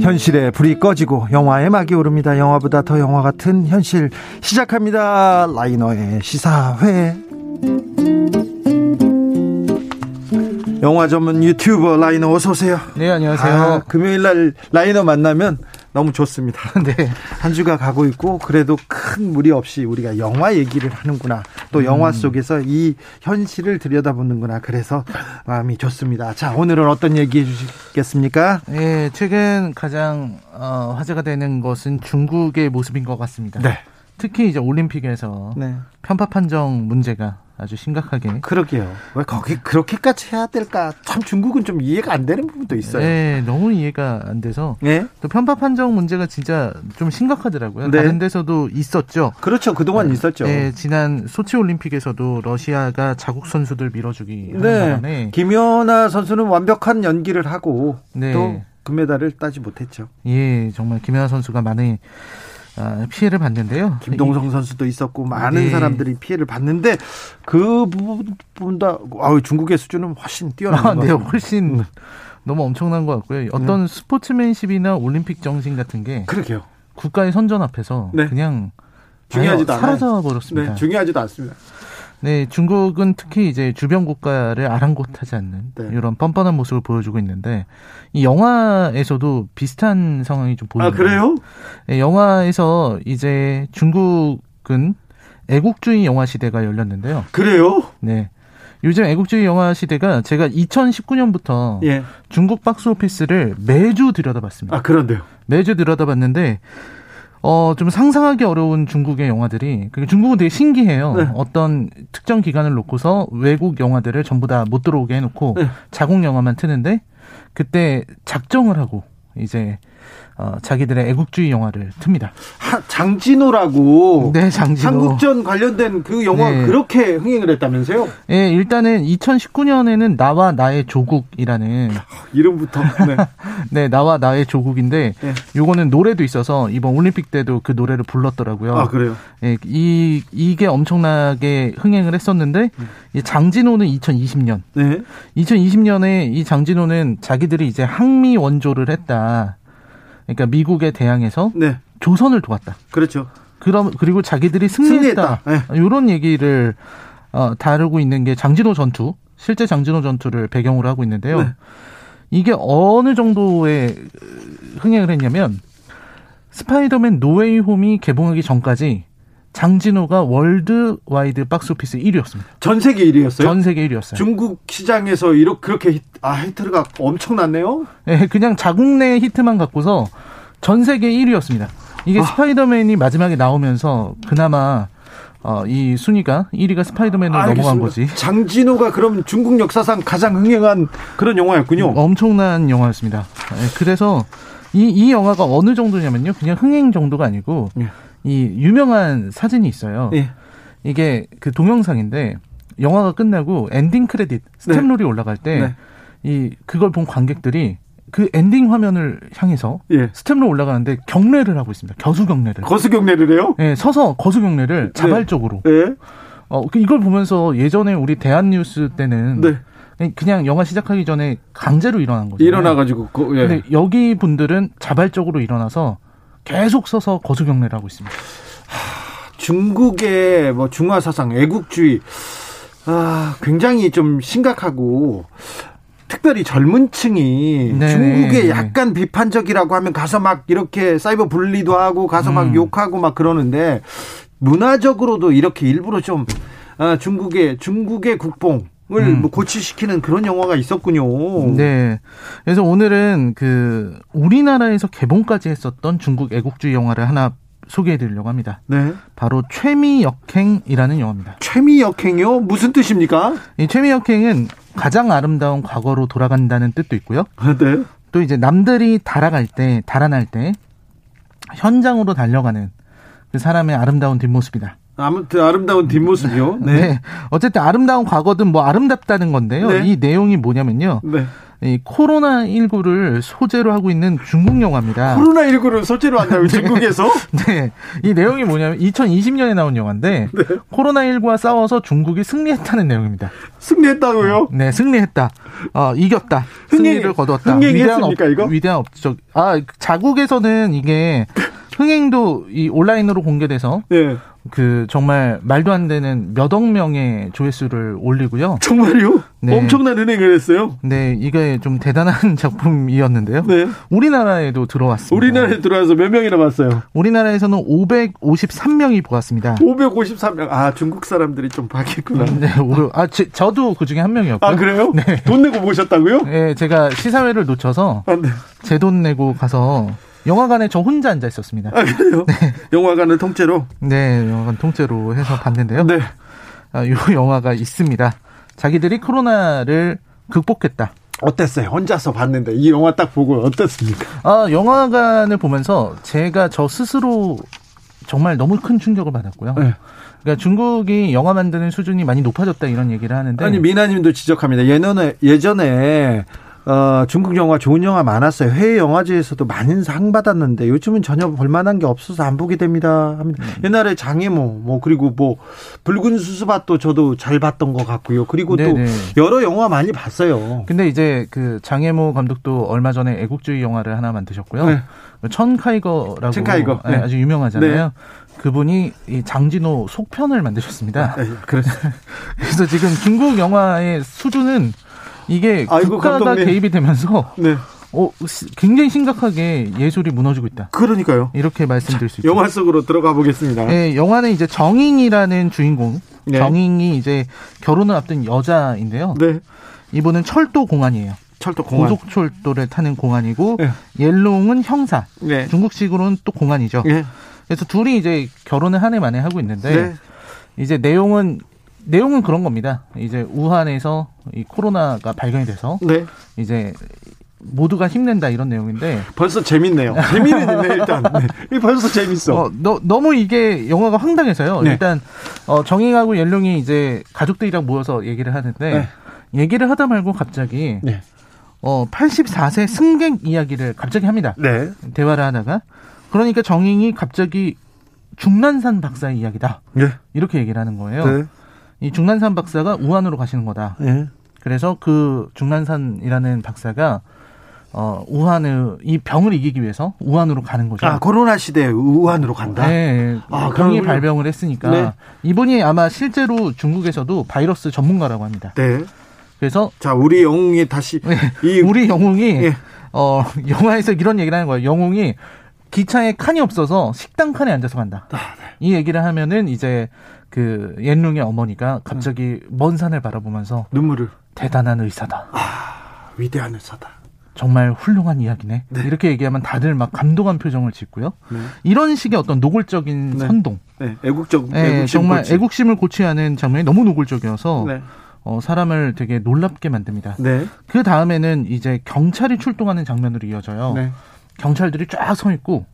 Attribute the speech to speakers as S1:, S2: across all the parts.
S1: 현실의 불이 꺼지고 영화의 막이 오릅니다. 영화보다 더 영화 같은 현실 시작합니다. 라이너의 시사회. 영화 전문 유튜버 라이너 어서 오세요.
S2: 네, 안녕하세요.
S1: 아, 금요일 날 라이너 만나면 너무 좋습니다.
S2: 네.
S1: 한 주가 가고 있고 그래도 큰 무리 없이 우리가 영화 얘기를 하는구나.
S2: 음.
S1: 또 영화 속에서 이 현실을 들여다보는구나. 그래서 마음이 좋습니다. 자, 오늘은 어떤 얘기해 주시겠습니까?
S2: 예, 최근 가장 어, 화제가 되는 것은 중국의 모습인 것 같습니다.
S1: 네.
S2: 특히 이제 올림픽에서
S1: 네.
S2: 편파 판정 문제가 아주 심각하게
S1: 그러게요. 왜 거기 그렇게까지 해야 될까? 참 중국은 좀 이해가 안 되는 부분도 있어요.
S2: 예, 너무 이해가 안 돼서
S1: 네.
S2: 또 편파 판정 문제가 진짜 좀 심각하더라고요.
S1: 네.
S2: 다른 데서도 있었죠.
S1: 그렇죠. 그동안 있었죠.
S2: 예, 지난 소치 올림픽에서도 러시아가 자국 선수들 밀어주기 하는
S1: 네.
S2: 바람에
S1: 김연아 선수는 완벽한 연기를 하고
S2: 네.
S1: 또 금메달을 따지 못했죠.
S2: 예, 정말 김연아 선수가 많이 아, 피해를 봤는데요.
S1: 김동성 선수도 있었고 많은
S2: 네.
S1: 사람들이 피해를 봤는데 그 부분보다 아우 중국의 수준은 훨씬 뛰어난
S2: 아,
S1: 것
S2: 네,
S1: 같아요. 음.
S2: 훨씬 너무 엄청난 것 같고요. 어떤 스포츠맨십이나 올림픽 정신 같은 게
S1: 그러게요.
S2: 국가의 선전 앞에서
S1: 네.
S2: 그냥
S1: 중요하지도 않아요.
S2: 사라져 버렸습니다.
S1: 네,
S2: 네,
S1: 중요하지도 않습니다.
S2: 중국은 특히 이제 주변 국가를 아랑곳하지 않는
S1: 네.
S2: 이런 뻔뻔한 모습을 보여주고 있는데 이 영화에서도 비슷한 상황이 좀 보입니다.
S1: 아 그래요?
S2: 네, 영화에서 이제 중국은 애국주의 영화 시대가 열렸는데요.
S1: 그래요?
S2: 네. 요즘 애국주의 영화 시대가 제가 2019년부터
S1: 예.
S2: 중국 박스 오피스를 매주 들여다봤습니다.
S1: 아 그런데요.
S2: 매주 들여다봤는데 어, 좀 상상하기 어려운 중국의 영화들이, 그게 중국은 되게 신기해요.
S1: 네.
S2: 어떤 특정 기간을 놓고서 외국 영화들을 전부 다 못 들어오게 해놓고
S1: 네.
S2: 자국 영화만 트는데 그때 작정을 하고 이제 어, 자기들의 애국주의 영화를 틉니다.
S1: 하, 장진호라고
S2: 네, 장지로.
S1: 한국전 관련된 그 영화
S2: 네.
S1: 그렇게 흥행을 했다면서요?
S2: 예, 일단은 2019년에는 나와 나의 조국이라는
S1: 이름부터 네.
S2: 네, 나와 나의 조국인데
S1: 네.
S2: 요거는 노래도 있어서 이번 올림픽 때도 그 노래를 불렀더라고요.
S1: 아 그래요?
S2: 예, 이 이게 엄청나게 흥행을 했었는데
S1: 음.
S2: 이 장진호는 2020년,
S1: 네.
S2: 2020년에 이 장진호는 자기들이 이제 항미 원조를 했다. 그러니까 미국에 대항해서
S1: 네.
S2: 조선을 도왔다.
S1: 그렇죠.
S2: 그럼 그리고 자기들이 승리했다.
S1: 승리했다.
S2: 이런 얘기를 어, 다루고 있는 게 장진호 전투, 실제 장진호 전투를 배경으로 하고 있는데요.
S1: 네.
S2: 이게 어느 정도의 흥행을 했냐면 스파이더맨 노웨이 홈이 개봉하기 전까지 장진호가 월드 와이드 박스 오피스 1위였습니다.
S1: 전 세계 1위였어요.
S2: 전 세계 1위였어요.
S1: 중국 시장에서 이렇게 그렇게 히트, 아 히트가 엄청났네요.
S2: 예, 그냥 자국 내 히트만 갖고서 전 세계 1위였습니다. 이게
S1: 아.
S2: 스파이더맨이 마지막에 나오면서 그나마 어, 이 순위가 1위가 스파이더맨으로 넘어간 거지.
S1: 장진호가 그럼 중국 역사상 가장 흥행한 그런 영화였군요.
S2: 어. 엄청난 영화였습니다. 예, 그래서 이, 이 영화가 어느 정도냐면요. 그냥 흥행 정도가 아니고
S1: 예.
S2: 이 유명한 사진이 있어요.
S1: 예.
S2: 이게 그 동영상인데 영화가 끝나고 엔딩 크레딧 스탭롤이 올라갈 때 이
S1: 네.
S2: 그걸 본 관객들이 그 엔딩 화면을 향해서
S1: 예.
S2: 스탭롤 올라가는데 경례를 하고 있습니다. 겨수 경례를.
S1: 거수경례를 해요?
S2: 예, 서서 거수
S1: 네.
S2: 경례를 자발적으로.
S1: 예.
S2: 어, 그 이걸 보면서 예전에 우리 대한뉴스 때는
S1: 네.
S2: 그냥 영화 시작하기 전에 강제로 일어난 거죠.
S1: 일어나가지고 거- 예.
S2: 근데 여기 분들은 자발적으로 일어나서 계속 서서 거수 경례를 하고 있습니다.
S1: 중국의 뭐 중화 사상 애국주의 아 굉장히 좀 심각하고 특별히 젊은 층이
S2: 네,
S1: 중국에
S2: 네.
S1: 약간 비판적이라고 하면 가서 막 이렇게 사이버 분리도 하고 가서
S2: 음.
S1: 막 욕하고 막 그러는데 문화적으로도 이렇게 일부러 좀 아, 중국의 중국의 국뽕을
S2: 음.
S1: 뭐 고치시키는 그런 영화가 있었군요.
S2: 네. 그래서 오늘은 그 우리나라에서 개봉까지 했었던 중국 애국주의 영화를 하나 소개해 드리려고 합니다.
S1: 네.
S2: 바로 최미 역행이라는 영화입니다.
S1: 최미 역행요 무슨 뜻입니까?
S2: 이 최미 역행은 가장 아름다운 과거로 돌아간다는 뜻도 있고요.
S1: 네.
S2: 또 이제 남들이 달아갈 때, 달아날 때 현장으로 달려가는 그 사람의 아름다운 뒷모습이다.
S1: 아무튼 아름다운 뒷모습이요.
S2: 네.
S1: 네.
S2: 어쨌든 아름다운 과거든 뭐 아름답다는 건데요.
S1: 네.
S2: 이 내용이 뭐냐면요.
S1: 네.
S2: 이 코로나19를 소재로 하고 있는 중국 영화입니다.
S1: 코로나19를 소재로 한다고 중국에서?
S2: 네. 이 내용이 뭐냐면 2020년에 나온 영화인데
S1: 네.
S2: 코로나19와 싸워서 중국이 승리했다는 내용입니다.
S1: 승리했다고요?
S2: 네, 승리했다. 어, 이겼다.
S1: 흥행-
S2: 승리를 거두었다.
S1: 흥행했습니까,
S2: 위대한 업-
S1: 이거?
S2: 위대한 업적. 아, 자국에서는 이게 흥행도 이 온라인으로 공개돼서
S1: 예.
S2: 그 정말 말도 안 되는 몇억 명의 조회수를 올리고요.
S1: 정말요?
S2: 네.
S1: 엄청난 은행을 했어요?
S2: 네, 이게 좀 대단한 작품이었는데요.
S1: 네.
S2: 우리나라에,도 들어왔습니다.
S1: 우리나라에 들어와서 몇 명이나 봤어요?
S2: 에서는 553명이 보았습니다.
S1: 553명. 아, 중국 사람들이 좀 봤겠구나.
S2: 네, 오르, 아, 제- 저도 그 중에 한 명이었고요.
S1: 아, 그래요? 돈 내고 보셨다고요? 아, 네.
S2: 예, 제가 시사회를 놓쳐서
S1: 안 돼.
S2: 제 돈 내고 가서 영화관에 저 혼자 앉아 있었습니다.
S1: 아, 그래요? 영화관을 통째로?
S2: 네, 영화관 통째로 해서 봤는데요.
S1: 네.
S2: 아, 요 영화가 있습니다. 자기들이 코로나를 극복했다.
S1: 어땠어요? 혼자서 봤는데 이 영화 딱 보고 어땠습니까?
S2: 아, 영화관을 보면서 제가 저 스스로 정말 너무 큰 충격을 받았고요.
S1: 네.
S2: 그러니까 중국이 영화 만드는 수준이 많이 높아졌다 이런 얘기를 하는데
S1: 네. 아니 미나님도 지적합니다. 예전에 예전에 어, 중국 영화 좋은 영화 많았어요. 해외 영화제에서도 많은 상 받았는데 요즘은 전혀 볼만한 게 없어서 안 보게 됩니다. 합니다. 옛날에 장애모 뭐 그리고 뭐 붉은 수수밭도 저도 잘 봤던 것 같고요. 그리고
S2: 네네.
S1: 또 여러 영화 많이 봤어요.
S2: 근데 이제 그 장혜모 감독도 얼마 전에 애국주의 영화를 하나 만드셨고요.
S1: 네.
S2: 천카이거라고
S1: 천카이거,
S2: 네,
S1: 네.
S2: 아주 유명하잖아요. 그분이 이 장진호 속편을 만드셨습니다.
S1: 네, 그래서
S2: 그래서 지금 중국 영화의 수준은 이게
S1: 아이고,
S2: 국가가
S1: 감독님.
S2: 개입이 되면서
S1: 네
S2: 어, 시- 굉장히 심각하게 예술이 무너지고 있다.
S1: 그러니까요.
S2: 이렇게 말씀드릴 수 있죠.
S1: 영화 속으로 들어가 보겠습니다.
S2: 예, 영화는 이제 정잉이라는 주인공.
S1: 네.
S2: 정잉이 이제 결혼을 앞둔 여자인데요.
S1: 네
S2: 이분은 철도 공안이에요.
S1: 철도 공항.
S2: 고속철도를 타는 공안이고
S1: 네.
S2: 옐롱은 형사.
S1: 네.
S2: 중국식으로는 또 공안이죠.
S1: 예.
S2: 그래서 둘이 이제 결혼을 한 해 만에 하고 있는데
S1: 네.
S2: 이제 내용은 내용은 그런 겁니다. 이제 우한에서 이 코로나가 발견이 돼서
S1: 네.
S2: 이제 모두가 힘낸다 이런 내용인데
S1: 벌써 재밌네요. 재미는 있네 일단. 네. 이게 벌써 재밌어.
S2: 어, 너, 너무 이게 영화가 황당해서요.
S1: 네.
S2: 일단 어, 정잉하고 옐롱이 이제 가족들이랑 모여서 얘기를 하는데 얘기를 하다 말고 갑자기
S1: 네.
S2: 어, 84세 승객 이야기를 갑자기 합니다.
S1: 네.
S2: 대화를 하다가 그러니까 정잉이 갑자기 중난산 박사의 이야기다
S1: 네.
S2: 이렇게 얘기를 하는 거예요.
S1: 네.
S2: 이 중난산 박사가 우한으로 가시는 거다.
S1: 예.
S2: 그래서 그 중난산이라는 박사가 어, 우한의 이 병을 이기기 위해서 우한으로 가는 거죠.
S1: 아, 코로나 시대에 우한으로 간다?
S2: 그러니까 네, 네.
S1: 아,
S2: 병이
S1: 그러군요.
S2: 발병을 했으니까
S1: 네.
S2: 이분이 아마 실제로 중국에서도 바이러스 전문가라고 합니다.
S1: 네.
S2: 그래서
S1: 자, 우리 영웅이 다시, 이,
S2: 네. 우리 영웅이
S1: 예.
S2: 어 영화에서 이런 얘기를 하는 거예요. 영웅이 기차에 칸이 없어서 식당 칸에 앉아서 간다.
S1: 네.
S2: 이 얘기를 하면은 이제 그 옌룽의 어머니가 갑자기 먼 산을 바라보면서
S1: 눈물을.
S2: 대단한 의사다.
S1: 위대한 의사다.
S2: 정말 훌륭한 이야기네. 이렇게 얘기하면 다들 막 감동한 표정을 짓고요.
S1: 네.
S2: 이런 식의 어떤 노골적인
S1: 네.
S2: 선동,
S1: 네. 애국적,
S2: 예,
S1: 애국심.
S2: 정말
S1: 고치.
S2: 애국심을 고취하는 장면이 너무 노골적이어서
S1: 네.
S2: 어, 사람을 되게 놀랍게 만듭니다.
S1: 네.
S2: 그 다음에는 이제 경찰이 출동하는 장면으로 이어져요.
S1: 네.
S2: 경찰들이 쫙 서 있고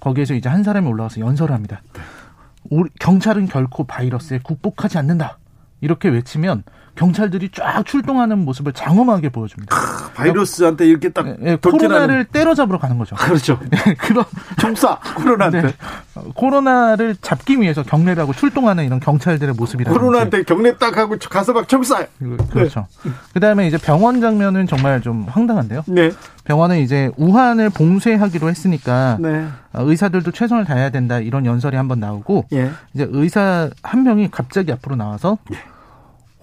S2: 거기에서 이제 한 사람이 올라와서 연설을 합니다. 우리- 경찰은 결코 바이러스에 극복하지 않는다. 이렇게 외치면 경찰들이 쫙 출동하는 모습을 장엄하게 보여줍니다.
S1: 그 바이러스한테 이렇게 딱
S2: 예,
S1: 돌진하는.
S2: 그 코로나를 때려잡으러 가는 거죠.
S1: 그렇죠.
S2: 예, 그런
S1: 총사, 코로나한테.
S2: 네. 어, 코로나를 잡기 위해서 경례를 하고 출동하는 이런 경찰들의 모습이라든지
S1: 코로나한테 네. 경례 딱 하고 가서 막 총사.
S2: 그렇죠. 그다음에 이제 병원 장면은 정말 좀 황당한데요.
S1: 네.
S2: 병원은 이제 우한을 봉쇄하기로 했으니까
S1: 네.
S2: 어, 의사들도 최선을 다해야 된다 이런 연설이 한번 나오고
S1: 예.
S2: 이제 의사 한 명이 갑자기 앞으로 나와서
S1: 네.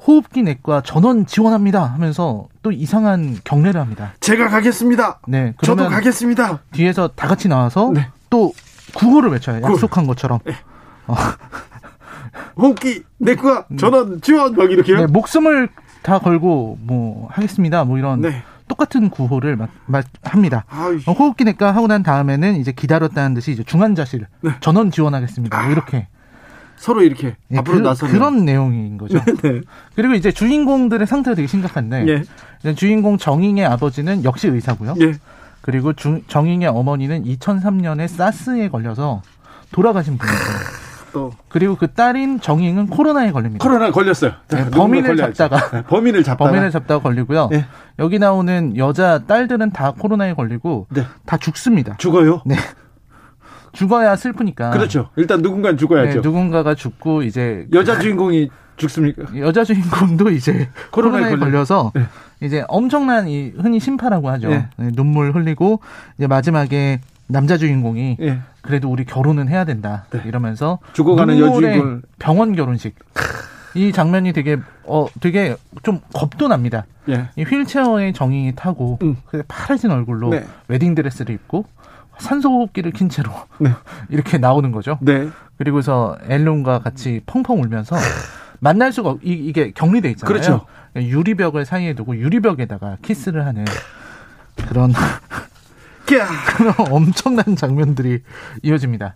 S2: 호흡기 내과 전원 지원합니다 하면서 또 이상한 경례를 합니다.
S1: 제가 가겠습니다.
S2: 네,
S1: 저도
S2: 그러면
S1: 가겠습니다.
S2: 뒤에서 다 같이 나와서
S1: 네.
S2: 또 구호를 외쳐요.
S1: 구호. 네,
S2: 약속한 것처럼
S1: 호흡기, 내과, 전원, 지원, 막 이렇게요?
S2: 음. 네, 목숨을 다 걸고 뭐 하겠습니다. 뭐 이런
S1: 네.
S2: 똑같은 구호를 막, 막 합니다.
S1: 아유,
S2: 어, 호흡기 내과 하고 난 다음에는 이제 기다렸다는 듯이 이제 중환자실
S1: 네.
S2: 전원 지원하겠습니다. 뭐 이렇게
S1: 서로 이렇게
S2: 예,
S1: 아, 앞으로
S2: 그,
S1: 나서는.
S2: 그런 내용인 거죠.
S1: 네.
S2: 그리고 이제 주인공들의 상태가 되게 심각한데
S1: 예.
S2: 이제 주인공 정잉의 아버지는 역시 의사고요.
S1: 예.
S2: 그리고 주- 정잉의 어머니는 2003년에 사스에 걸려서 돌아가신 분이에요.
S1: 또
S2: 그리고 그 딸인 정잉은 코로나에 걸립니다.
S3: 코로나 걸렸어요.
S2: 네,
S3: 누군가
S2: 범인을
S3: 걸려야지.
S2: 잡다가
S3: 네, 범인을 잡다가
S2: 범인을 잡다가 걸리고요.
S1: 예.
S2: 여기 나오는 여자 딸들은 다 코로나에 걸리고
S1: 네.
S2: 다 죽습니다.
S3: 죽어요.
S2: 네. 죽어야 슬프니까.
S3: 그렇죠. 일단 누군가는
S2: 아. 네,
S3: 죽어야죠. 예.
S2: 누군가가 죽고 이제
S3: 여자 주인공이 죽습니까?
S2: 여자 주인공도 이제
S3: 코로나에 네.
S2: 코로나에, 걸려서 이제 엄청난 이 흔히 심파라고 하죠.
S1: 예.
S2: 네, 눈물 흘리고 이제 마지막에 남자 주인공이
S3: 예.
S2: 그래도 우리 결혼은 해야 된다 이러면서
S3: 네. 죽어가는
S2: 눈물의
S3: 여주인공을.
S2: 병원 결혼식 이 장면이 되게 어 되게 좀 겁도 납니다.
S3: 예.
S2: 이 휠체어에 정인이 타고
S3: 음.
S2: 그 파래진 얼굴로
S3: 네.
S2: 웨딩 드레스를 입고 산소호흡기를 킨 채로
S3: 네.
S2: 이렇게 나오는 거죠.
S3: 네.
S2: 그리고서 앨런과 같이 펑펑 울면서 만날 수가 없, 이, 게 격리돼 있잖아요.
S3: 그렇죠.
S2: 유리벽을 사이에 두고 유리벽에다가 키스를 하는 그런
S1: 꺄!
S2: 그런 엄청난 장면들이 이어집니다.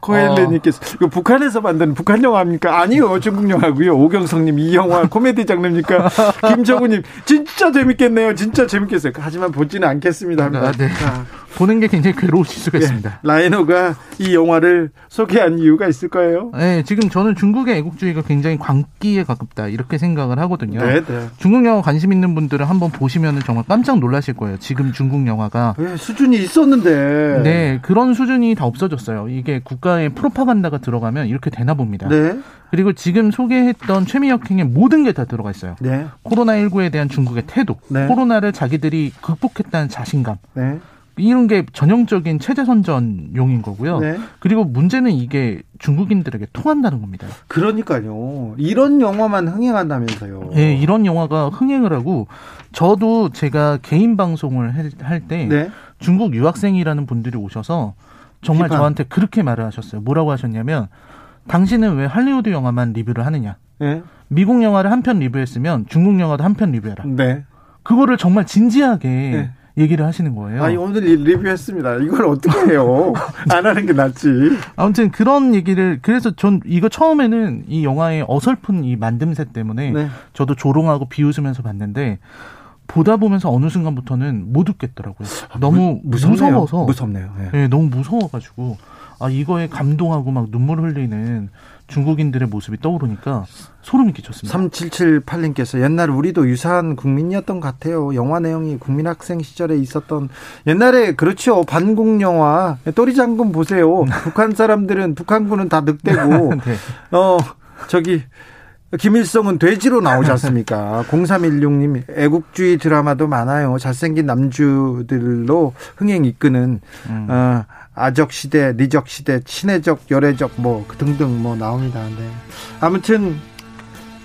S3: 코엘레님께서
S2: 어.
S3: 이거 북한에서 만든 북한 영화입니까? 아니요, 중국 영화고요. 오경성님 이 영화 코미디 장르입니까? 김정우님 진짜 재밌겠네요. 진짜 재밌겠어요. 하지만 보지는 않겠습니다. 합니다.
S2: 아, 네.
S3: 자,
S2: 보는 게 굉장히 괴로우실 수가
S3: 예.
S2: 있습니다.
S3: 라이너가 이 영화를 소개한 이유가 있을 거예요.
S2: 네, 지금 저는 중국의 애국주의가 굉장히 광기에 가깝다 이렇게 생각을 하거든요.
S3: 네, 네.
S2: 중국 영화 관심 있는 분들은 한번 보시면 정말 깜짝 놀라실 거예요. 지금 중국 영화가
S3: 예, 수준이 있었는데.
S2: 네 그런 수준이 다 없어졌어요. 이게 국가의 프로파간다가 들어가면 이렇게 되나 봅니다.
S3: 네.
S2: 그리고 지금 소개했던 최미혁행의 모든 게 다 들어가 있어요.
S3: 네.
S2: 코로나19에 대한 중국의 태도,
S3: 네.
S2: 코로나를 자기들이 극복했다는 자신감,
S3: 네.
S2: 이런 게 전형적인 체제선전용인 거고요.
S3: 네.
S2: 그리고 문제는 이게 중국인들에게 통한다는 겁니다.
S1: 그러니까요. 이런 영화만 흥행한다면서요.
S2: 예, 이런 영화가 흥행을 하고 저도 제가 개인 방송을 할 때
S1: 네.
S2: 중국 유학생이라는 분들이 오셔서 정말
S1: 비판.
S2: 저한테 그렇게 말을 하셨어요. 뭐라고 하셨냐면 당신은 왜 할리우드 영화만 리뷰를 하느냐?
S1: 네.
S2: 미국 영화를 한 편 리뷰했으면 중국 영화도 한 편 리뷰해라.
S1: 네.
S2: 그거를 정말 진지하게
S1: 네.
S2: 얘기를 하시는 거예요.
S1: 아니 오늘 이- 리뷰했습니다. 이걸 어떻게 해요? 안 하는 게 낫지.
S2: 아무튼 그런 얘기를 그래서 전 이거 처음에는 이 영화의 어설픈 이 만듦새 때문에
S1: 네.
S2: 저도 조롱하고 비웃으면서 봤는데 보다 보면서 어느 순간부터는 못 웃겠더라고요. 너무
S1: 아, 무섭네요.
S2: 무서워서
S1: 무섭네요. 예.
S2: 예, 너무 무서워가지고 아 이거에 감동하고 막 눈물 흘리는 중국인들의 모습이 떠오르니까 소름이 끼쳤습니다.
S1: 3778님께서 옛날 우리도 유사한 국민이었던 것 같아요. 영화 내용이 국민학생 시절에 있었던 옛날에 그렇죠. 반공 영화 또리장군 보세요. 북한 사람들은 북한군은 다 늑대고
S2: 네.
S1: 어 저기 김일성은 돼지로 나오지 않습니까? 0316님 애국주의 드라마도 많아요. 잘생긴 남주들로 흥행 이끄는
S2: 음.
S1: 어, 아적 시대, 리적 시대, 친애적, 열애적 뭐 등등 뭐 나옵니다. 네. 아무튼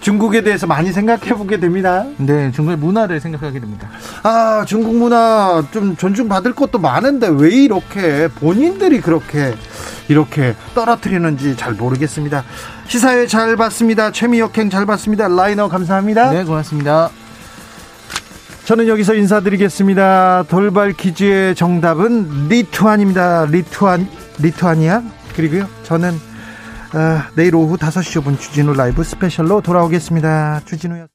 S1: 중국에 대해서 많이 생각해 보게 됩니다.
S2: 네, 중국의 문화를 생각하게 됩니다.
S1: 아 중국 문화 좀 존중받을 것도 많은데 왜 이렇게 본인들이 그렇게 이렇게 떨어뜨리는지 잘 모르겠습니다. 시사회 잘 봤습니다. 최미역행 잘 봤습니다. 라이너 감사합니다.
S2: 네, 고맙습니다.
S1: 저는 여기서 인사드리겠습니다. 돌발 퀴즈의 정답은 리투안입니다. 리투안, 리투아니아? 그리고요, 저는 어, 아, 내일 오후 5시 5분 주진우 라이브 스페셜로 돌아오겠습니다. 주진우였습니다.